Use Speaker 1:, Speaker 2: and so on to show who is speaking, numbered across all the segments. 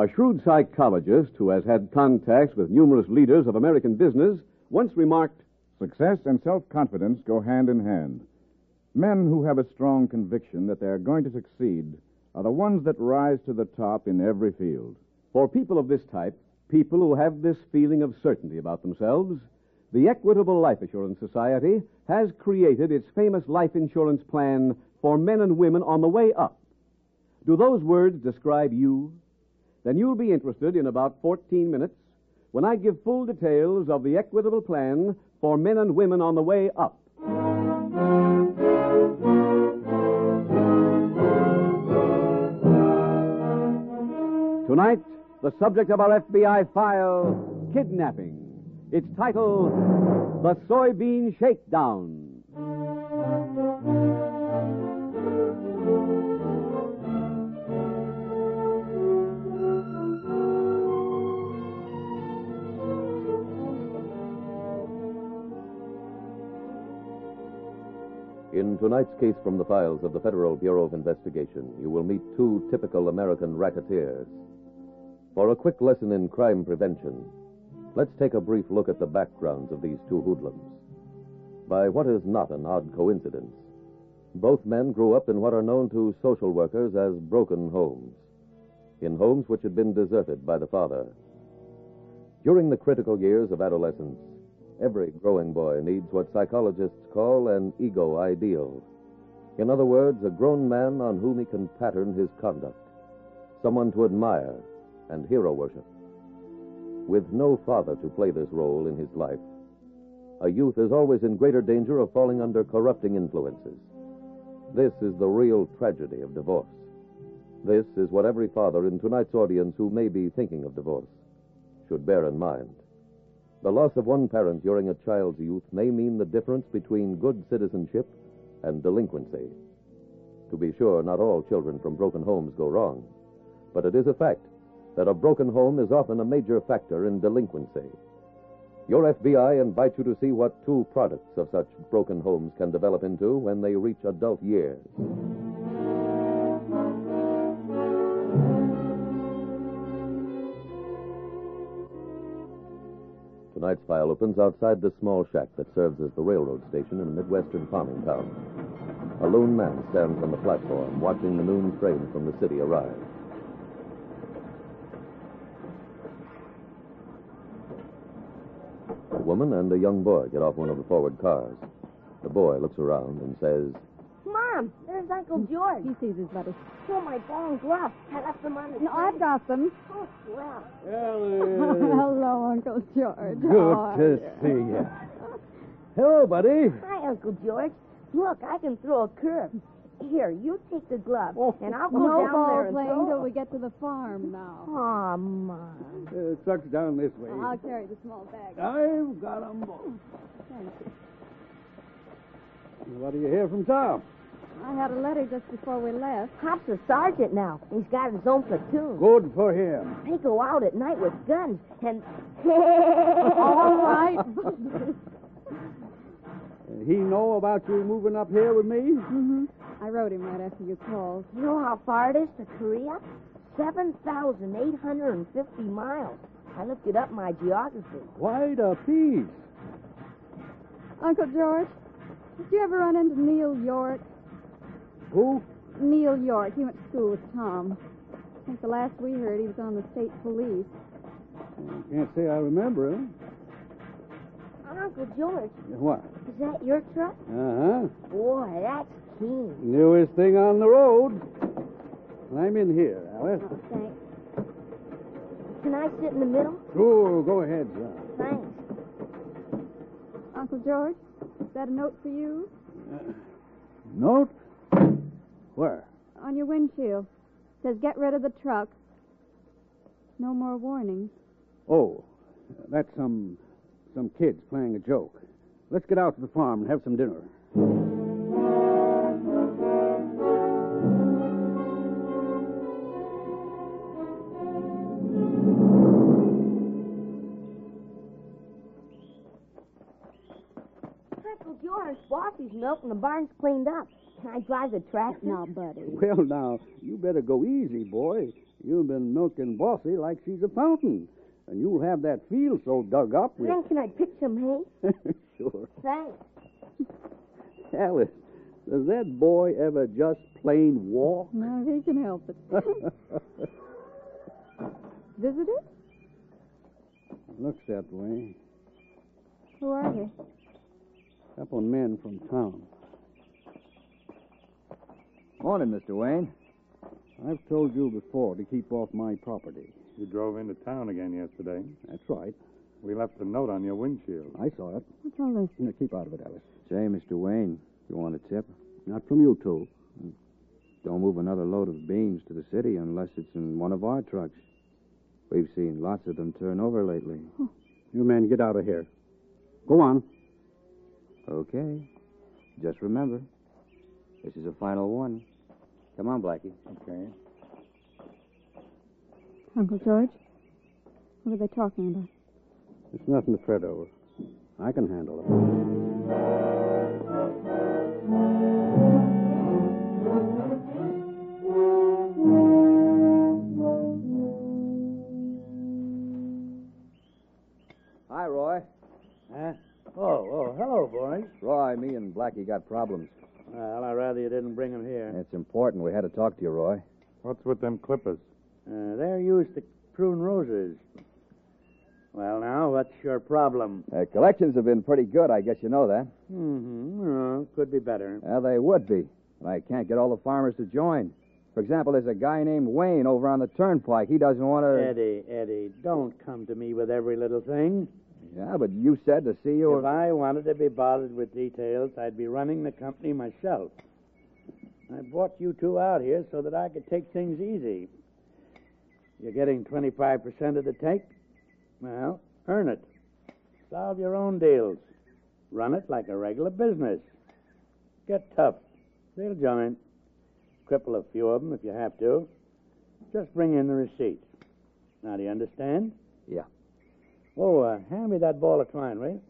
Speaker 1: A shrewd psychologist who has had contacts with numerous leaders of American business once remarked
Speaker 2: Success and self confidence go hand in hand. Men who have a strong conviction that they are going to succeed are the ones that rise to the top in every field.
Speaker 1: For people of this type, people who have this feeling of certainty about themselves, the Equitable Life Assurance Society has created its famous life insurance plan for men and women on the way up. Do those words describe you? Then you'll be interested in about 14 minutes when I give full details of the Equitable plan for men and women on the way up. Tonight, the subject of our FBI file, kidnapping. Its title, The Soybean Shakedown.
Speaker 3: In tonight's case from the files of the Federal Bureau of Investigation, you will meet two typical American racketeers. For a quick lesson in crime prevention, let's take a brief look at the backgrounds of these two hoodlums. By what is not an odd coincidence, both men grew up in what are known to social workers as broken homes, in homes which had been deserted by the father. During the critical years of adolescence, every growing boy needs what psychologists call an ego ideal. In other words, a grown man on whom he can pattern his conduct, someone to admire and hero worship. With no father to play this role in his life, a youth is always in greater danger of falling under corrupting influences. This is the real tragedy of divorce. This is what every father in tonight's audience who may be thinking of divorce should bear in mind. The loss of one parent during a child's youth may mean the difference between good citizenship and delinquency. To be sure, not all children from broken homes go wrong, but it is a fact that a broken home is often a major factor in delinquency. Your FBI invites you to see what two products of such broken homes can develop into when they reach adult years. Tonight's file opens outside the small shack that serves as the railroad station in a Midwestern farming town. A lone man stands on the platform watching the noon train from the city arrive. A woman and a young boy get off one of the forward cars. The boy looks around and says,
Speaker 4: Mom, there's Uncle George.
Speaker 5: Mm. He sees his buddy.
Speaker 4: Oh, my ball and glove. I left them on the
Speaker 5: No, I've
Speaker 4: train.
Speaker 5: got them.
Speaker 4: Oh, swell.
Speaker 5: Hello, Uncle George. How are you?
Speaker 1: see
Speaker 6: uh,
Speaker 1: you. Hello, buddy.
Speaker 4: Hi, Uncle George. Look, I can throw a curve. Here, you take the glove, and I'll go
Speaker 5: Oh, No
Speaker 4: down there
Speaker 5: ball
Speaker 4: and
Speaker 5: playing
Speaker 4: throw.
Speaker 5: till we get to the farm now.
Speaker 4: Aw, Mom.
Speaker 7: Uh, truck's down this way.
Speaker 5: I'll carry the small bag.
Speaker 7: I've got 'em both.
Speaker 5: Thank you.
Speaker 7: What do you hear from Tom?
Speaker 5: I had a letter just before we left.
Speaker 4: Pop's a sergeant now. He's got his own platoon.
Speaker 7: Good for him.
Speaker 4: They go out at night with guns and.
Speaker 5: All right.
Speaker 7: Uh, he know about you moving up here with me?
Speaker 5: hmm I wrote him right after you called.
Speaker 4: You know how far it is to Korea? 7,850 miles. I looked it up in my geography.
Speaker 7: Quite a piece.
Speaker 5: Uncle George, did you ever run into Neil York?
Speaker 7: Who?
Speaker 5: Neil York. He went to school with Tom. I think the last we heard, he was on the state police.
Speaker 7: Uh, Can't say I remember him.
Speaker 4: Uncle George,
Speaker 7: What?
Speaker 4: is that your truck?
Speaker 7: Uh huh.
Speaker 4: Boy, that's keen.
Speaker 7: Newest thing on the road. I'm in here, Alice.
Speaker 4: Thanks. Can I sit in the middle?
Speaker 7: Sure, go ahead, John.
Speaker 4: Thanks.
Speaker 5: Uncle George, is that a note for you?
Speaker 7: Note? Where?
Speaker 5: On your windshield. Says get rid of the truck. No more warnings.
Speaker 7: Oh, that's some some kids playing a joke. Let's get out to the farm and have some dinner.
Speaker 4: Uncle George, Bossy's milk and the barn's cleaned up. Can I drive the tractor?
Speaker 5: Now, buddy.
Speaker 7: Well, now, you better go easy, boy. You've been milking Bossy like she's a fountain. And you'll have that field so dug up with.
Speaker 4: Then can I pick some hay?
Speaker 7: sure.
Speaker 4: Thanks.
Speaker 7: Alice, does that boy ever just plain walk?
Speaker 5: No, he can help it. Visitors?
Speaker 7: Looks that way.
Speaker 5: Who are they?
Speaker 7: Couple men from town.
Speaker 8: Morning, Mr. Wayne.
Speaker 7: I've told you before to keep off my property.
Speaker 6: You drove into town again yesterday.
Speaker 7: That's right.
Speaker 6: We left a note on your windshield.
Speaker 7: I saw it.
Speaker 5: What's all this?
Speaker 7: Now, keep out of it, Alice.
Speaker 9: Say, Mr. Wayne, you want a tip?
Speaker 7: Not from you two.
Speaker 9: Don't move another load of beans to the city unless it's in one of our trucks. We've seen lots of them turn over lately.
Speaker 7: You men, get out of here. Go on.
Speaker 9: Okay. Just remember, this is a final one. Come on, Blackie.
Speaker 6: Okay.
Speaker 5: Uncle George? What are they talking about?
Speaker 7: It's nothing to fret over. I can handle it.
Speaker 9: Hi, Roy.
Speaker 10: Huh? Oh, oh, hello, boys.
Speaker 9: Roy, me and Blackie got problems.
Speaker 10: Well, I'd rather you didn't bring 'em here.
Speaker 9: It's important. We had to talk to you, Roy.
Speaker 6: What's with them clippers?
Speaker 10: Uh, they're used to prune roses. Well, now, what's your problem?
Speaker 9: Uh, collections have been pretty good. I guess you know that.
Speaker 10: Mm-hmm. Well, could be better.
Speaker 8: Uh,
Speaker 9: Well, they would be. But I can't get all the farmers to join. For example, there's a guy named Wayne over on the turnpike. He doesn't want to.
Speaker 10: Eddie, Eddie, don't come to me with every little thing.
Speaker 9: Yeah, but you said to
Speaker 8: E
Speaker 9: see you.
Speaker 10: If I wanted to be bothered with details, I'd be running the company myself. I brought you two out here so that I could take things easy. You're getting 25% of the take? Well, earn it. Solve your own deals. Run it like a regular business. Get tough. They'll join. Cripple a few of them if you have to. Just bring in the receipts. Now, do you understand?
Speaker 9: Yeah.
Speaker 10: Oh, uh, hand me that ball of twine, will you?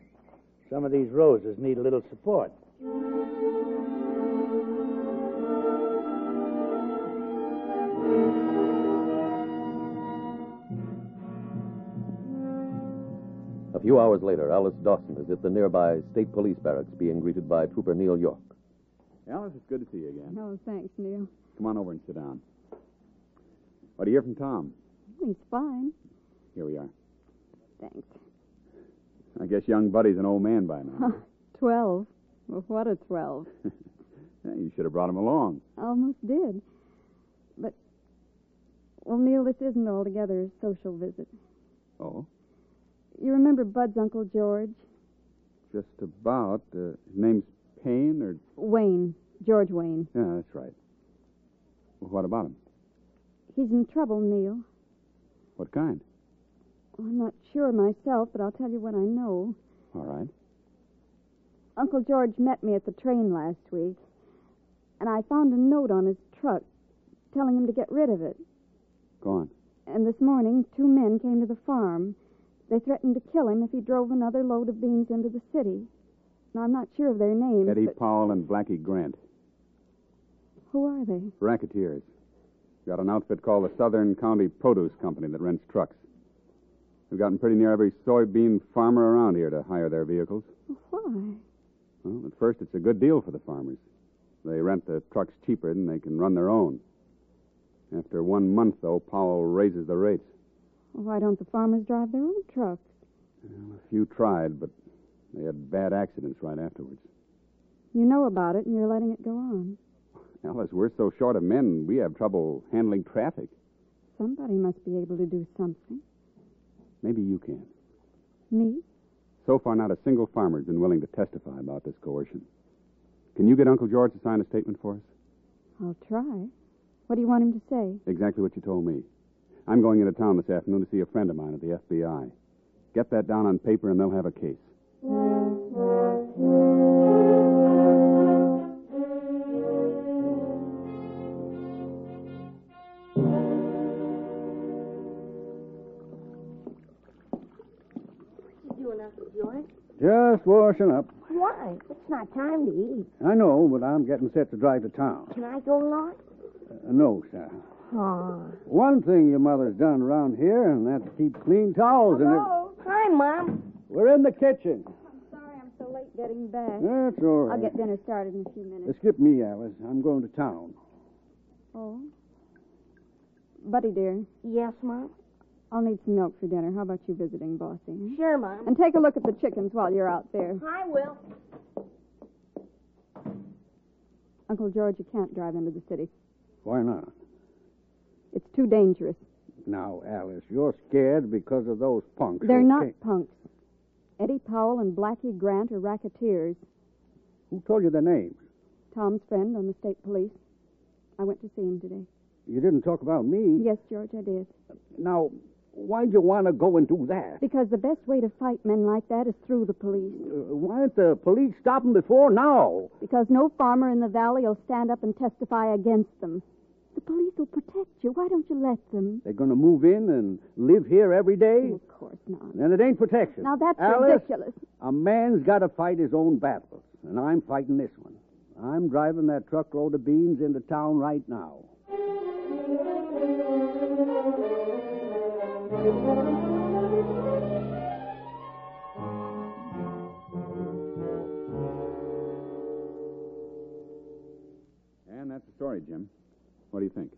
Speaker 10: Some of these roses need a little support.
Speaker 3: A few hours later, Alice Dawson is at the nearby state police barracks being greeted by Trooper Neil York.
Speaker 8: Alice, it's good to see you again.
Speaker 5: No, Oh, thanks, Neil.
Speaker 8: Come on over and sit down. What do you hear from Tom?
Speaker 5: He's fine.
Speaker 8: Here we are.
Speaker 5: Thanks.
Speaker 8: I guess young Buddy's an old man by now.
Speaker 5: Twelve. Well, what a twelve.
Speaker 8: Yeah, you should have brought him along.
Speaker 5: Almost did. But, well, Neil, this isn't altogether a social visit.
Speaker 8: Oh,
Speaker 5: You remember Bud's Uncle George?
Speaker 8: just about. Uh, his name's Payne, or
Speaker 5: Wayne. George Wayne.
Speaker 8: yeah, that's right. Well, what about him?
Speaker 5: He's in trouble, Neil.
Speaker 8: What kind?
Speaker 5: I'm not sure myself, but I'll tell you what I know.
Speaker 8: All right.
Speaker 5: Uncle George met me at the train last week, and I found a note on his truck telling him to get rid of it.
Speaker 8: Go on.
Speaker 5: And this morning, two men came to the farm. They threatened to kill him if he drove another load of beans into the city. Now, I'm not sure of their names.
Speaker 8: Eddie
Speaker 5: but
Speaker 8: Powell and Blackie Grant,
Speaker 5: who are they?
Speaker 8: racketeers. Got an outfit called the Southern County Produce Company that rents trucks. We've gotten pretty near every soybean farmer around here to hire their vehicles.
Speaker 5: Why?
Speaker 8: Well, at first, it's a good deal for the farmers. They rent the trucks cheaper than they can run their own. After one month, though, Powell raises the rates.
Speaker 5: Why don't the farmers drive their own trucks?
Speaker 8: A few tried, but they had bad accidents right afterwards.
Speaker 5: You know about it, and you're letting it go on.
Speaker 8: Alice, we're so short of men, we have trouble handling traffic.
Speaker 5: Somebody must be able to do something.
Speaker 8: Maybe you can.
Speaker 5: Me?
Speaker 8: So far, not a single farmer's been willing to testify about this coercion. Can you get Uncle George to sign a statement for us?
Speaker 5: I'll try. What do you want him to say?
Speaker 8: Exactly what you told me. I'm going into town this afternoon to see a friend of mine at the FBI. Get that down on paper and they'll have a case.
Speaker 4: You doing up with George?
Speaker 7: Just washing up.
Speaker 4: Why? It's not time to eat.
Speaker 7: I know, but I'm getting set to drive to town.
Speaker 4: Can I go along?
Speaker 7: Uh, no, sir.
Speaker 4: Oh.
Speaker 7: One thing your mother's done around here, and that's keep clean towels in it.
Speaker 4: Hello. Hi, Mom.
Speaker 7: We're in the kitchen.
Speaker 5: I'm sorry I'm so late getting back.
Speaker 7: That's all right.
Speaker 5: I'll get dinner started in a few minutes.
Speaker 7: Skip me, Alice. I'm going to town.
Speaker 5: Oh. Buddy, dear,
Speaker 4: Yes, Mom.
Speaker 5: I'll need some milk for dinner. How about you visiting Bossy? hmm?
Speaker 4: Sure, Mom.
Speaker 5: And take a look at the chickens while you're out there.
Speaker 4: I will.
Speaker 5: Uncle George, you can't drive into the city.
Speaker 7: Why not?
Speaker 5: It's too dangerous.
Speaker 7: Now, Alice, you're scared because of those punks.
Speaker 5: They're
Speaker 7: who
Speaker 5: not
Speaker 7: came-
Speaker 5: punks. Eddie Powell and Blackie Grant are racketeers.
Speaker 7: Who told you their names?
Speaker 5: Tom's friend on the state police. I went to see him today.
Speaker 7: You didn't talk about me.
Speaker 5: Yes, George, I did.
Speaker 7: Now, why'd you want to go and do that?
Speaker 5: Because the best way to fight men like that is through the police.
Speaker 7: Uh, why didn't the police stop them before now?
Speaker 5: Because no farmer in the valley will stand up and testify against them. The police will protect you. Why don't you let them?
Speaker 7: They're going to move in and live here every day?
Speaker 5: Of course not.
Speaker 7: Then it ain't protection.
Speaker 5: Now that's
Speaker 7: Alice,
Speaker 5: ridiculous.
Speaker 7: A man's got to fight his own battles, and I'm fighting this one. I'm driving that truckload of beans into town right now.
Speaker 8: And that's the story, Jim. What do you think?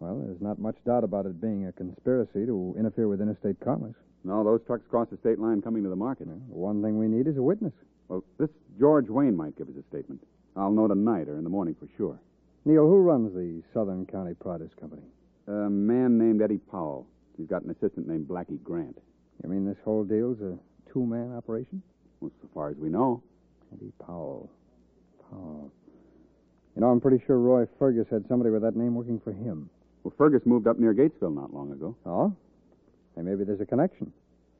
Speaker 11: Well, there's not much doubt about it being a conspiracy to interfere with interstate commerce.
Speaker 8: No, those trucks cross the state line coming to the market.
Speaker 11: The one thing we need is a witness.
Speaker 8: Well, this George Wayne might give us a statement. I'll know tonight or in the morning for sure.
Speaker 11: Neil, who runs the Southern County Produce Company?
Speaker 8: A man named Eddie Powell. He's got an assistant named Blackie Grant.
Speaker 11: You mean this whole deal's a two-man operation?
Speaker 8: Well, so far as we know.
Speaker 11: Eddie Powell. Powell. You know, I'm pretty sure Roy Fergus had somebody with that name working for him.
Speaker 8: Well, Fergus moved up near Gatesville not long ago.
Speaker 11: Oh? Hey, maybe there's a connection.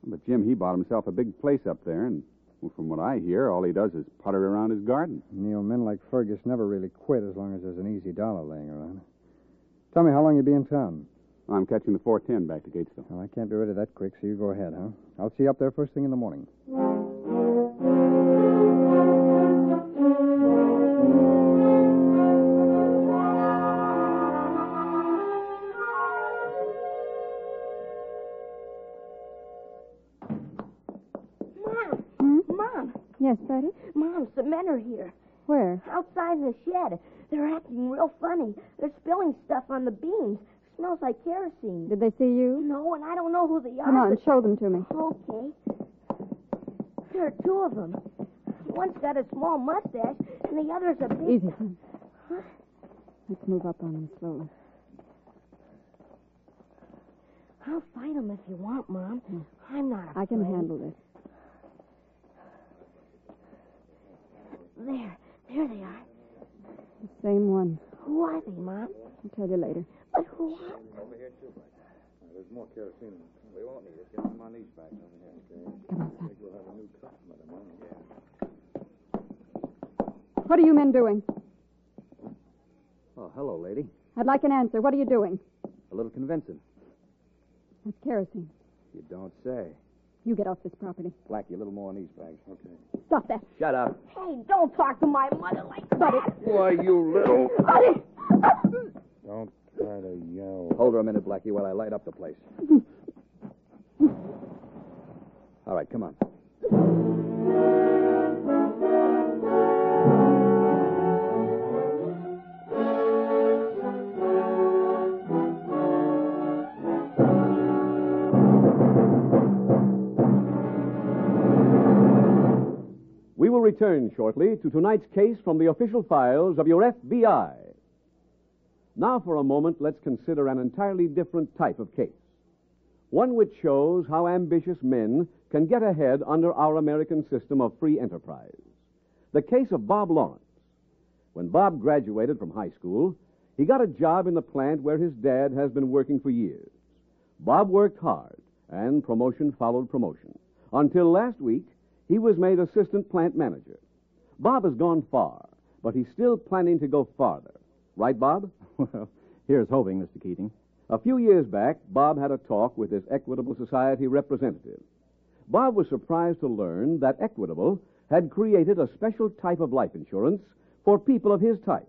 Speaker 8: But Jim, he bought himself a big place up there, and well, from what I hear, all he does is putter around his garden.
Speaker 11: Neil, men like Fergus never really quit as long as there's an easy dollar laying around. Tell me how long you be in town.
Speaker 8: I'm catching the 410 back to Gatesville.
Speaker 11: Well, I can't be ready that quick, so you go ahead, huh? I'll see you up there first thing in the morning.
Speaker 4: Mom.
Speaker 5: Hmm?
Speaker 4: Mom.
Speaker 5: Yes, Betty?
Speaker 4: Mom, some men are here.
Speaker 5: Where?
Speaker 4: Outside in the shed. They're acting real funny. They're spilling stuff on the beans. Smells like kerosene.
Speaker 5: Did they see you?
Speaker 4: No, and I don't know who they are.
Speaker 5: Come on,
Speaker 4: but-
Speaker 5: show them to me.
Speaker 4: Okay. There are two of them. One's got a small mustache, and the other's a big.
Speaker 5: Easy. Let's move up on them slowly.
Speaker 4: I'll fight them if you want, Mom. I'm not.
Speaker 5: Hmm. I can
Speaker 4: afraid.
Speaker 5: handle this.
Speaker 4: There, there they are.
Speaker 5: The same one.
Speaker 4: Who are they, Mom?
Speaker 5: I'll tell you later.
Speaker 4: But who are?
Speaker 6: There's more kerosene. We won't need it.
Speaker 5: Come on, son. What are you men doing?
Speaker 9: Oh, hello, lady.
Speaker 5: I'd like an answer. What are you doing?
Speaker 9: A little convincing.
Speaker 5: That's kerosene.
Speaker 9: You don't say.
Speaker 5: You get off this property.
Speaker 9: Blackie, a little more on these bags. Okay.
Speaker 5: Stop that.
Speaker 9: Shut up.
Speaker 4: Hey, don't talk to my mother like that.
Speaker 9: Why, you little.
Speaker 4: Buddy.
Speaker 6: Don't try to yell.
Speaker 9: Hold her a minute, Blackie, while I light up the place. All right, come on.
Speaker 1: We will return shortly to tonight's case from the official files of your FBI. Now, for a moment, let's consider an entirely different type of case. One which shows how ambitious men can get ahead under our American system of free enterprise. The case of Bob Lawrence. When Bob graduated from high school, he got a job in the plant where his dad has been working for years. Bob worked hard, and promotion followed promotion. Until last week, he was made assistant plant manager. Bob has gone far, but he's still planning to go farther. Right, Bob?
Speaker 12: Well, here's hoping, Mr. Keating.
Speaker 1: A few years back, Bob had a talk with his Equitable Society representative. Bob was surprised to learn that Equitable had created a special type of life insurance for people of his type.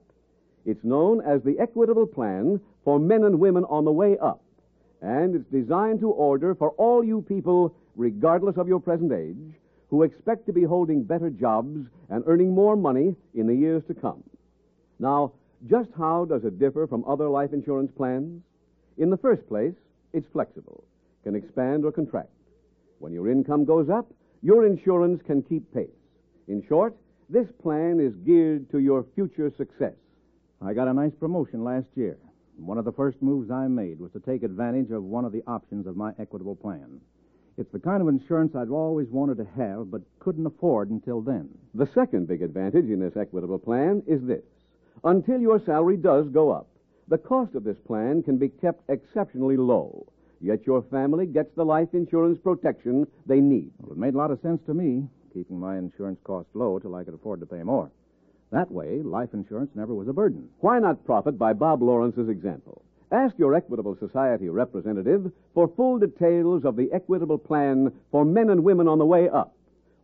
Speaker 1: It's known as the Equitable Plan for men and women on the way up, and it's designed to order for all you people, regardless of your present age, who expect to be holding better jobs and earning more money in the years to come. Now, just how does it differ from other life insurance plans? In the first place, it's flexible, can expand or contract. When your income goes up, your insurance can keep pace. In short, this plan is geared to your future success.
Speaker 12: I got a nice promotion last year. One of the first moves I made was to take advantage of one of the options of my equitable plan. It's the kind of insurance I'd always wanted to have but couldn't afford until then.
Speaker 1: The second big advantage in this equitable plan is this until your salary does go up, the cost of this plan can be kept exceptionally low yet your family gets the life insurance protection they need.
Speaker 12: Well, it made a lot of sense to me, keeping my insurance costs low till I could afford to pay more. That way, life insurance never was a burden.
Speaker 1: Why not profit by Bob Lawrence's example? Ask your Equitable Society representative for full details of the Equitable Plan for men and women on the way up.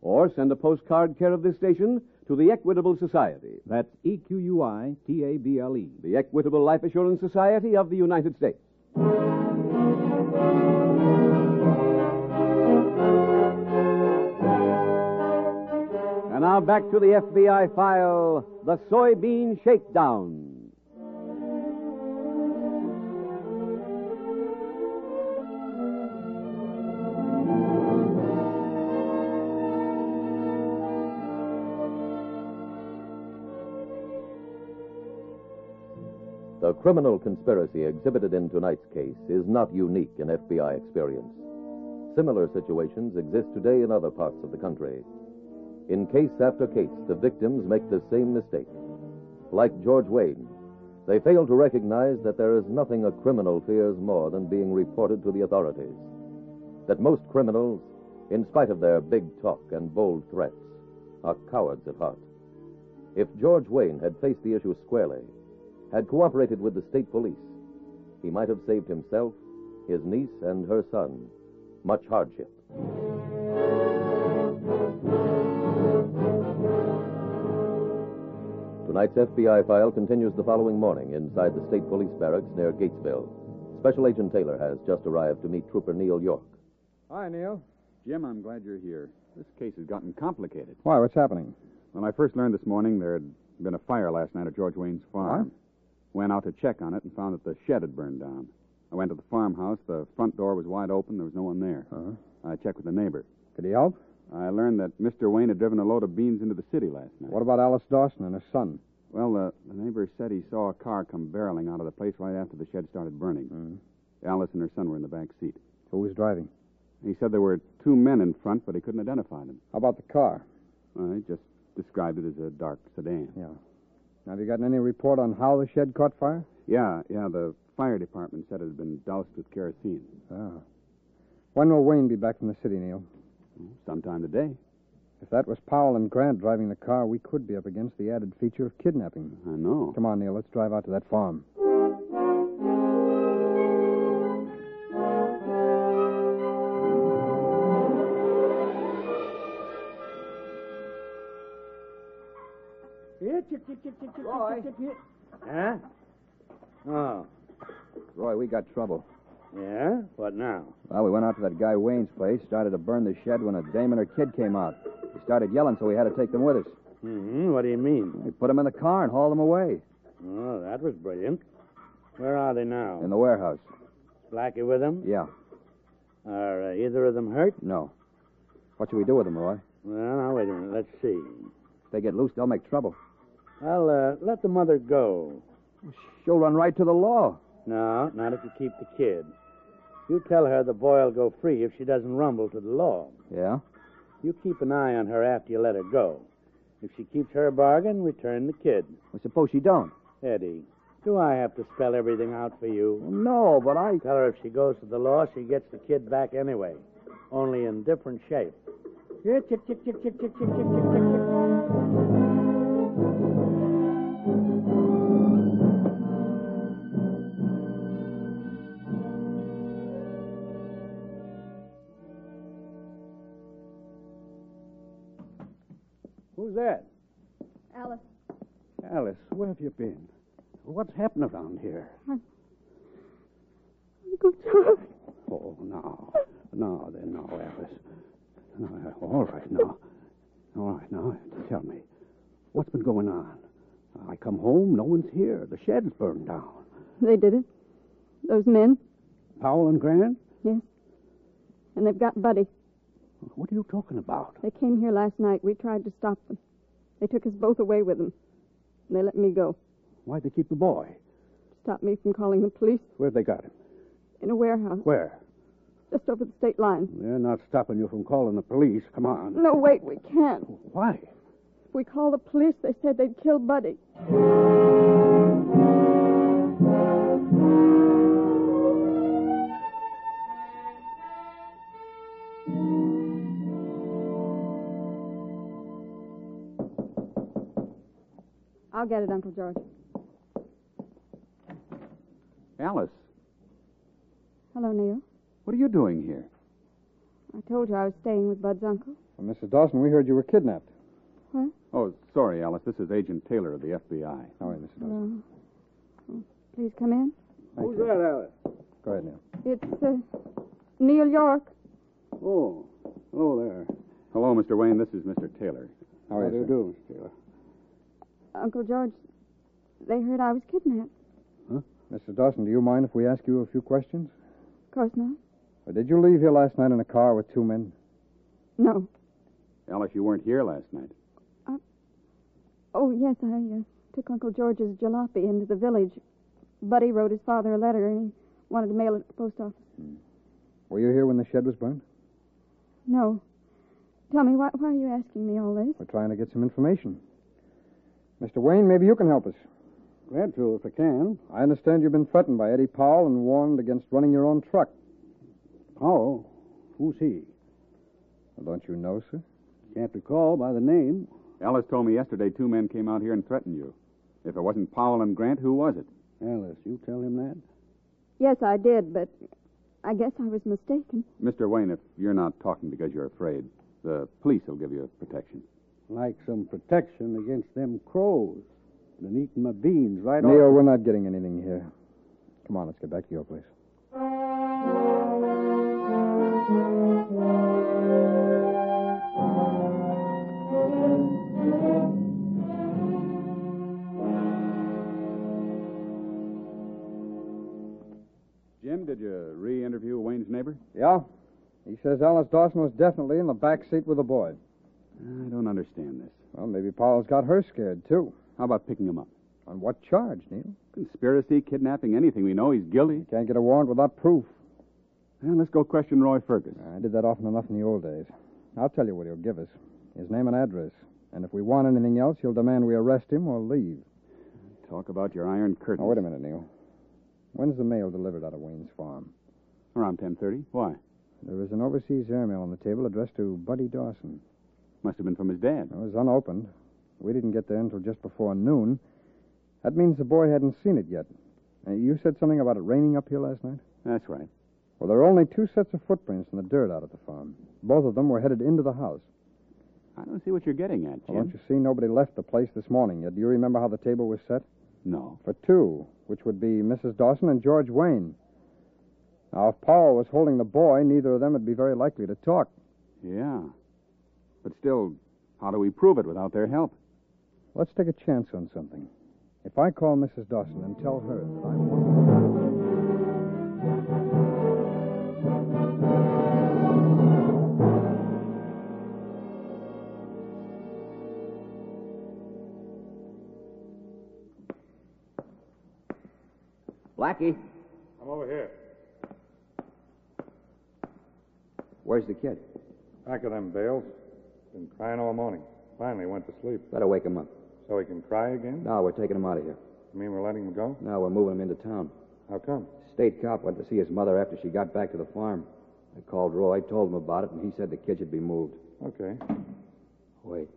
Speaker 1: Or send a postcard care of this station to the Equitable Society.
Speaker 12: That's E Q U I T A B L E.
Speaker 1: The Equitable Life Assurance Society of the United States. And now back to the FBI file The Soybean Shakedown.
Speaker 3: The criminal conspiracy exhibited in tonight's case is not unique in FBI experience. Similar situations exist today in other parts of the country. In case after case, the victims make the same mistake. Like George Wayne, they fail to recognize that there is nothing a criminal fears more than being reported to the authorities. That most criminals, in spite of their big talk and bold threats, are cowards at heart. If George Wayne had faced the issue squarely, had cooperated with the state police, he might have saved himself, his niece, and her son much hardship. Tonight's FBI file continues the following morning inside the state police barracks near Gatesville. Special Agent Taylor has just arrived to meet Trooper Neil York.
Speaker 11: Hi, Neil.
Speaker 8: Jim, I'm glad you're here. This case has gotten complicated.
Speaker 11: Why? What's happening?
Speaker 8: When I first learned this morning, there had been a fire last night at George Wayne's farm. What? Went out to check on it and found that the shed had burned down. I went to the farmhouse. The front door was wide open. There was no one there.
Speaker 11: Uh-huh.
Speaker 8: I checked with the neighbor.
Speaker 11: Could he help?
Speaker 8: I learned that Mr. Wayne had driven a load of beans into the city last night.
Speaker 11: What about Alice Dawson and her son?
Speaker 8: Well, uh, the neighbor said he saw a car come barreling out of the place right after the shed started burning.
Speaker 11: Mm-hmm.
Speaker 8: Alice and her son were in the back seat.
Speaker 11: Who was driving?
Speaker 8: He said there were two men in front, but he couldn't identify them.
Speaker 11: How about the car?
Speaker 8: Well, he just described it as a dark sedan.
Speaker 11: Yeah. Now, have you gotten any report on how the shed caught fire?
Speaker 8: Yeah, yeah. The fire department said it had been doused with kerosene.
Speaker 11: Ah. When will Wayne be back from the city, Neil?
Speaker 8: Sometime today.
Speaker 11: If that was Powell and Grant driving the car, we could be up against the added feature of kidnapping.
Speaker 8: I know.
Speaker 11: Come on, Neil. Let's drive out to that farm.
Speaker 7: Roy.
Speaker 10: Huh? Oh.
Speaker 11: Roy, we got trouble.
Speaker 10: Yeah? What now?
Speaker 11: Well, we went out to that guy Wayne's place, started to burn the shed when a dame and her kid came out. They started yelling, so we had to take them with us.
Speaker 10: Mm-hmm. What do you mean?
Speaker 11: We put them in the car and hauled them away.
Speaker 10: Oh, that was brilliant. Where are they now?
Speaker 11: In the warehouse.
Speaker 10: Blackie with them?
Speaker 11: Yeah.
Speaker 10: Are uh, either of them hurt?
Speaker 11: No. What should we do with them, Roy?
Speaker 10: Well, now, wait a minute. Let's see.
Speaker 11: If they get loose, they'll make trouble.
Speaker 10: Well, uh, let the mother go.
Speaker 11: She'll run right to the law.
Speaker 10: No, not if you keep the kid. You tell her the boy'll go free if she doesn't rumble to the law.
Speaker 11: Yeah?
Speaker 10: You keep an eye on her after you let her go. If she keeps her bargain, return the kid.
Speaker 11: Well, suppose she don't.
Speaker 10: Eddie, do I have to spell everything out for you?
Speaker 11: No, but I.
Speaker 10: Tell her if she goes to the law, she gets the kid back anyway, only in different shape.
Speaker 7: Who's that?
Speaker 5: Alice,
Speaker 7: Alice, where have you been? What's happened around here?
Speaker 5: Uncle Charles.
Speaker 7: Oh, no. No, then, no, Alice. No, uh, all right, now. All right, now, tell me. What's been going on? I come home, no one's here. The shed's burned down.
Speaker 5: They did it. Those men.
Speaker 7: Powell and Grant?
Speaker 5: Yes. And they've got Buddy.
Speaker 7: What are you talking about?
Speaker 5: They came here last night. We tried to stop them. They took us both away with them. And they let me go.
Speaker 7: Why'd they keep the boy?
Speaker 5: Stopped me from calling the police
Speaker 7: Where'd they got him?
Speaker 5: in a warehouse
Speaker 7: Where?
Speaker 5: just over the state line.
Speaker 7: They're not stopping you from calling the police. Come on.
Speaker 5: No, wait, we can't.
Speaker 7: Why?
Speaker 5: If we call the police, they said they'd kill Buddy. I'll get it, Uncle George.
Speaker 8: Alice,
Speaker 5: Hello, Neil.
Speaker 8: what are you doing here?
Speaker 5: I told you I was staying with Bud's uncle.
Speaker 11: Well, Mr. Dawson, we heard you were kidnapped.
Speaker 8: Oh, sorry, Alice. This is Agent Taylor of the FBI.
Speaker 11: How are you, Mr. Dawson?
Speaker 5: Hello. Oh, Please come in.
Speaker 7: Who's that, Alice?
Speaker 11: Go ahead, Neil.
Speaker 5: It's uh, Neil York.
Speaker 7: Oh, hello there.
Speaker 8: Hello, Mr. Wayne. This is Mr. Taylor.
Speaker 11: How are
Speaker 7: How do
Speaker 11: you,
Speaker 7: you
Speaker 11: sir?
Speaker 7: do, Mr. Taylor?
Speaker 5: Uncle George, they heard I was kidnapped.
Speaker 11: Mr. Dawson, do you mind if we ask you a few questions?
Speaker 5: Of course not.
Speaker 11: Or did you leave here last night in a car with two men?
Speaker 5: No.
Speaker 8: Alice, you weren't here last night.
Speaker 5: Oh, yes, I uh, took Uncle George's jalopy into the village. Buddy wrote his father a letter, and he wanted to mail it to the post office.
Speaker 11: Were you here when the shed was burned?
Speaker 5: No. Tell me, why, why are you asking me all this?
Speaker 11: We're trying to get some information. Mr. Wayne, maybe you can help us.
Speaker 7: Glad to if I can.
Speaker 11: I understand you've been threatened by Eddie Powell and warned against running your own truck.
Speaker 7: Powell? Who's he?
Speaker 11: Don't you know, sir?
Speaker 7: Can't recall by the name.
Speaker 8: Alice told me yesterday two men came out here and threatened you. If it wasn't Powell and Grant, who was it?
Speaker 7: Alice, you tell him that?
Speaker 5: Yes, I did, but I guess I was mistaken.
Speaker 8: Mr. Wayne, if you're not talking because you're afraid, the police will give you protection.
Speaker 7: Like some protection against them crows. Been eating my beans right off.
Speaker 11: Neil, we're not getting anything here. Come on, let's get back to your place.
Speaker 8: Jim, did you re interview Wayne's neighbor?
Speaker 11: Yeah? He says Alice Dawson was definitely in the back seat with the boy.
Speaker 8: I don't understand this.
Speaker 11: Well, maybe Powell's got her scared, too.
Speaker 8: How about picking him up?
Speaker 11: On what charge, Neil?
Speaker 8: Conspiracy, kidnapping, anything. We know he's guilty.
Speaker 11: Can't get a warrant without proof.
Speaker 8: Well, let's go question Roy Fergus.
Speaker 11: I did that often enough in the old days. I'll tell you what he'll give us his name and address. And if we want anything else, he'll demand we arrest him or leave.
Speaker 8: Talk about your iron curtain.
Speaker 11: Now, Oh, wait a minute, Neil. When's the mail delivered out of Wayne's farm?
Speaker 8: Around 10.30. Why?
Speaker 11: There was an overseas airmail on the table addressed to Buddy Dawson.
Speaker 8: Must have been from his dad.
Speaker 11: It was unopened. We didn't get there until just before noon. That means the boy hadn't seen it yet. Uh, you said something about it raining up here last night?
Speaker 8: That's right.
Speaker 11: Well, there are only two sets of footprints in the dirt out at the farm. Both of them were headed into the house.
Speaker 8: I don't see what you're getting at, Jim.
Speaker 11: Well, don't you see? Nobody left the place this morning yet. Do you remember how the table was set?
Speaker 8: No.
Speaker 11: For two, which would be Mrs. Dawson and George Wayne. Now, if Powell was holding the boy, neither of them would be very likely to talk.
Speaker 8: Yeah. But still, how do we prove it without their help?
Speaker 11: Let's take a chance on something. If I call Mrs. Dawson and tell her that I want.
Speaker 9: Blackie,
Speaker 6: I'm over here.
Speaker 9: where's the kid?
Speaker 6: Back of them bales. Been crying all morning. Finally went to sleep.
Speaker 9: Better wake him up.
Speaker 6: So he can cry again?
Speaker 9: No, we're taking him out of here.
Speaker 6: You mean we're letting him go?
Speaker 9: No, we're moving him into town.
Speaker 6: How come?
Speaker 9: State cop went to see his mother after she got back to the farm. I called Roy, told him about it, and he said the kid should be moved.
Speaker 6: Okay.
Speaker 9: Wait.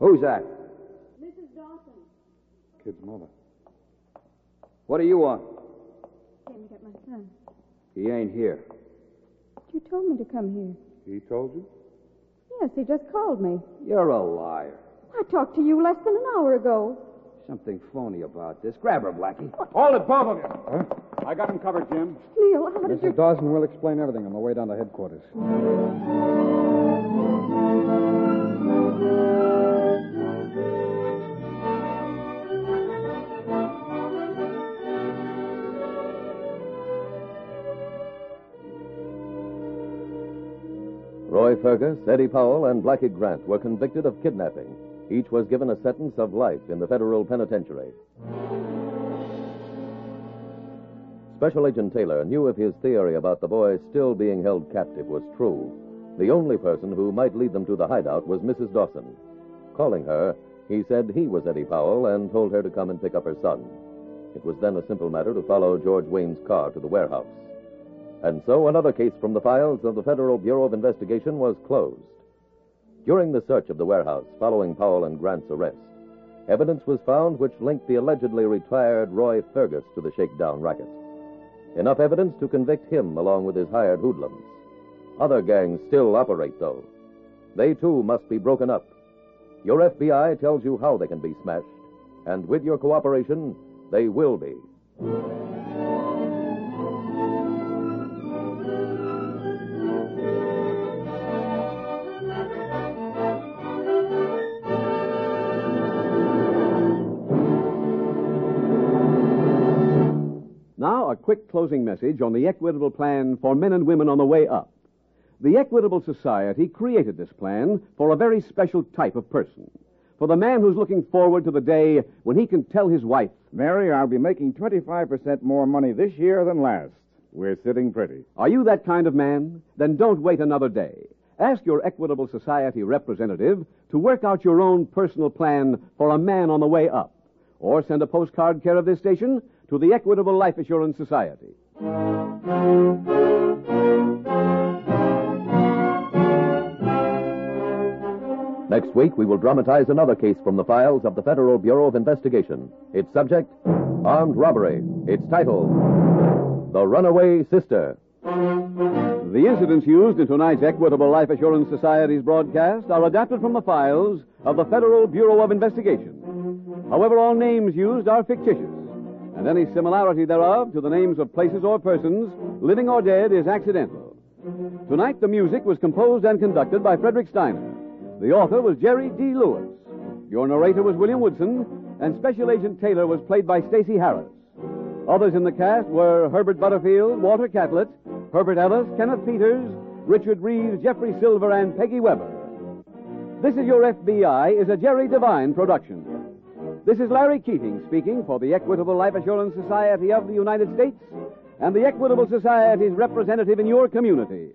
Speaker 9: Who's that?
Speaker 5: Mrs. Dawson.
Speaker 6: Kid's mother.
Speaker 9: What do you want?
Speaker 5: Came to get my son.
Speaker 9: He ain't here.
Speaker 5: You told me to come here.
Speaker 6: He told you?
Speaker 5: Yes, he just called me.
Speaker 9: You're a liar.
Speaker 5: I talked to you less than an hour ago.
Speaker 9: Something phony about this. Grab her, Blackie.
Speaker 8: Hold it, both of you. I got him covered, Jim.
Speaker 5: Neil, how did
Speaker 11: Mrs. Dawson will explain everything on the way down to headquarters.
Speaker 3: Roy Fergus, Eddie Powell, and Blackie Grant were convicted of kidnapping. Each was given a sentence of life in the federal penitentiary. Special Agent Taylor knew if his theory about the boys still being held captive was true, the only person who might lead them to the hideout was Mrs. Dawson. Calling her, he said he was Eddie Powell and told her to come and pick up her son. It was then a simple matter to follow George Wayne's car to the warehouse. And so another case from the files of the Federal Bureau of Investigation was closed. During the search of the warehouse following Powell and Grant's arrest, evidence was found which linked the allegedly retired Roy Fergus to the shakedown racket. Enough evidence to convict him along with his hired hoodlums. Other gangs still operate, though. They too must be broken up. Your FBI tells you how they can be smashed, and with your cooperation, they will be.
Speaker 1: Now, a quick closing message on the equitable plan for men and women on the way up. The Equitable Society created this plan for a very special type of person. For the man who's looking forward to the day when he can tell his wife,
Speaker 2: Mary, I'll be making 25% more money this year than last. We're sitting pretty.
Speaker 1: Are you that kind of man? Then don't wait another day. Ask your Equitable Society representative to work out your own personal plan for a man on the way up. Or send a postcard care of this station to the Equitable Life Assurance Society.
Speaker 3: Next week, we will dramatize another case from the files of the Federal Bureau of Investigation. Its subject, armed robbery. Its title, The Runaway Sister.
Speaker 1: The incidents used in tonight's Equitable Life Assurance Society's broadcast are adapted from the files of the Federal Bureau of Investigation. However, all names used are fictitious, and any similarity thereof to the names of places or persons, living or dead, is accidental. Tonight, the music was composed and conducted by Frederick Steiner. The author was Jerry D. Lewis. Your narrator was William Woodson, and Special Agent Taylor was played by Stacy Harris. Others in the cast were Herbert Butterfield, Walter Catlett, Herbert Ellis, Kenneth Peters, Richard Reeves, Jeffrey Silver, and Peggy Weber. This is Your FBI is a Jerry Devine production. This is Larry Keating speaking for the Equitable Life Assurance Society of the United States and the Equitable Society's representative in your community,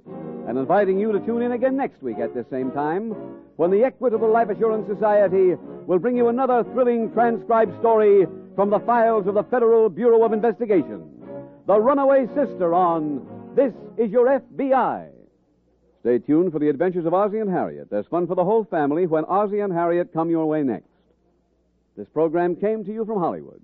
Speaker 1: and inviting you to tune in again next week at this same time when the Equitable Life Assurance Society will bring you another thrilling transcribed story from the files of the Federal Bureau of Investigation The Runaway Sister on This Is Your FBI. Stay tuned for the adventures of Ozzie and Harriet. There's fun for the whole family when Ozzie and Harriet come your way next. This program came to you from Hollywood.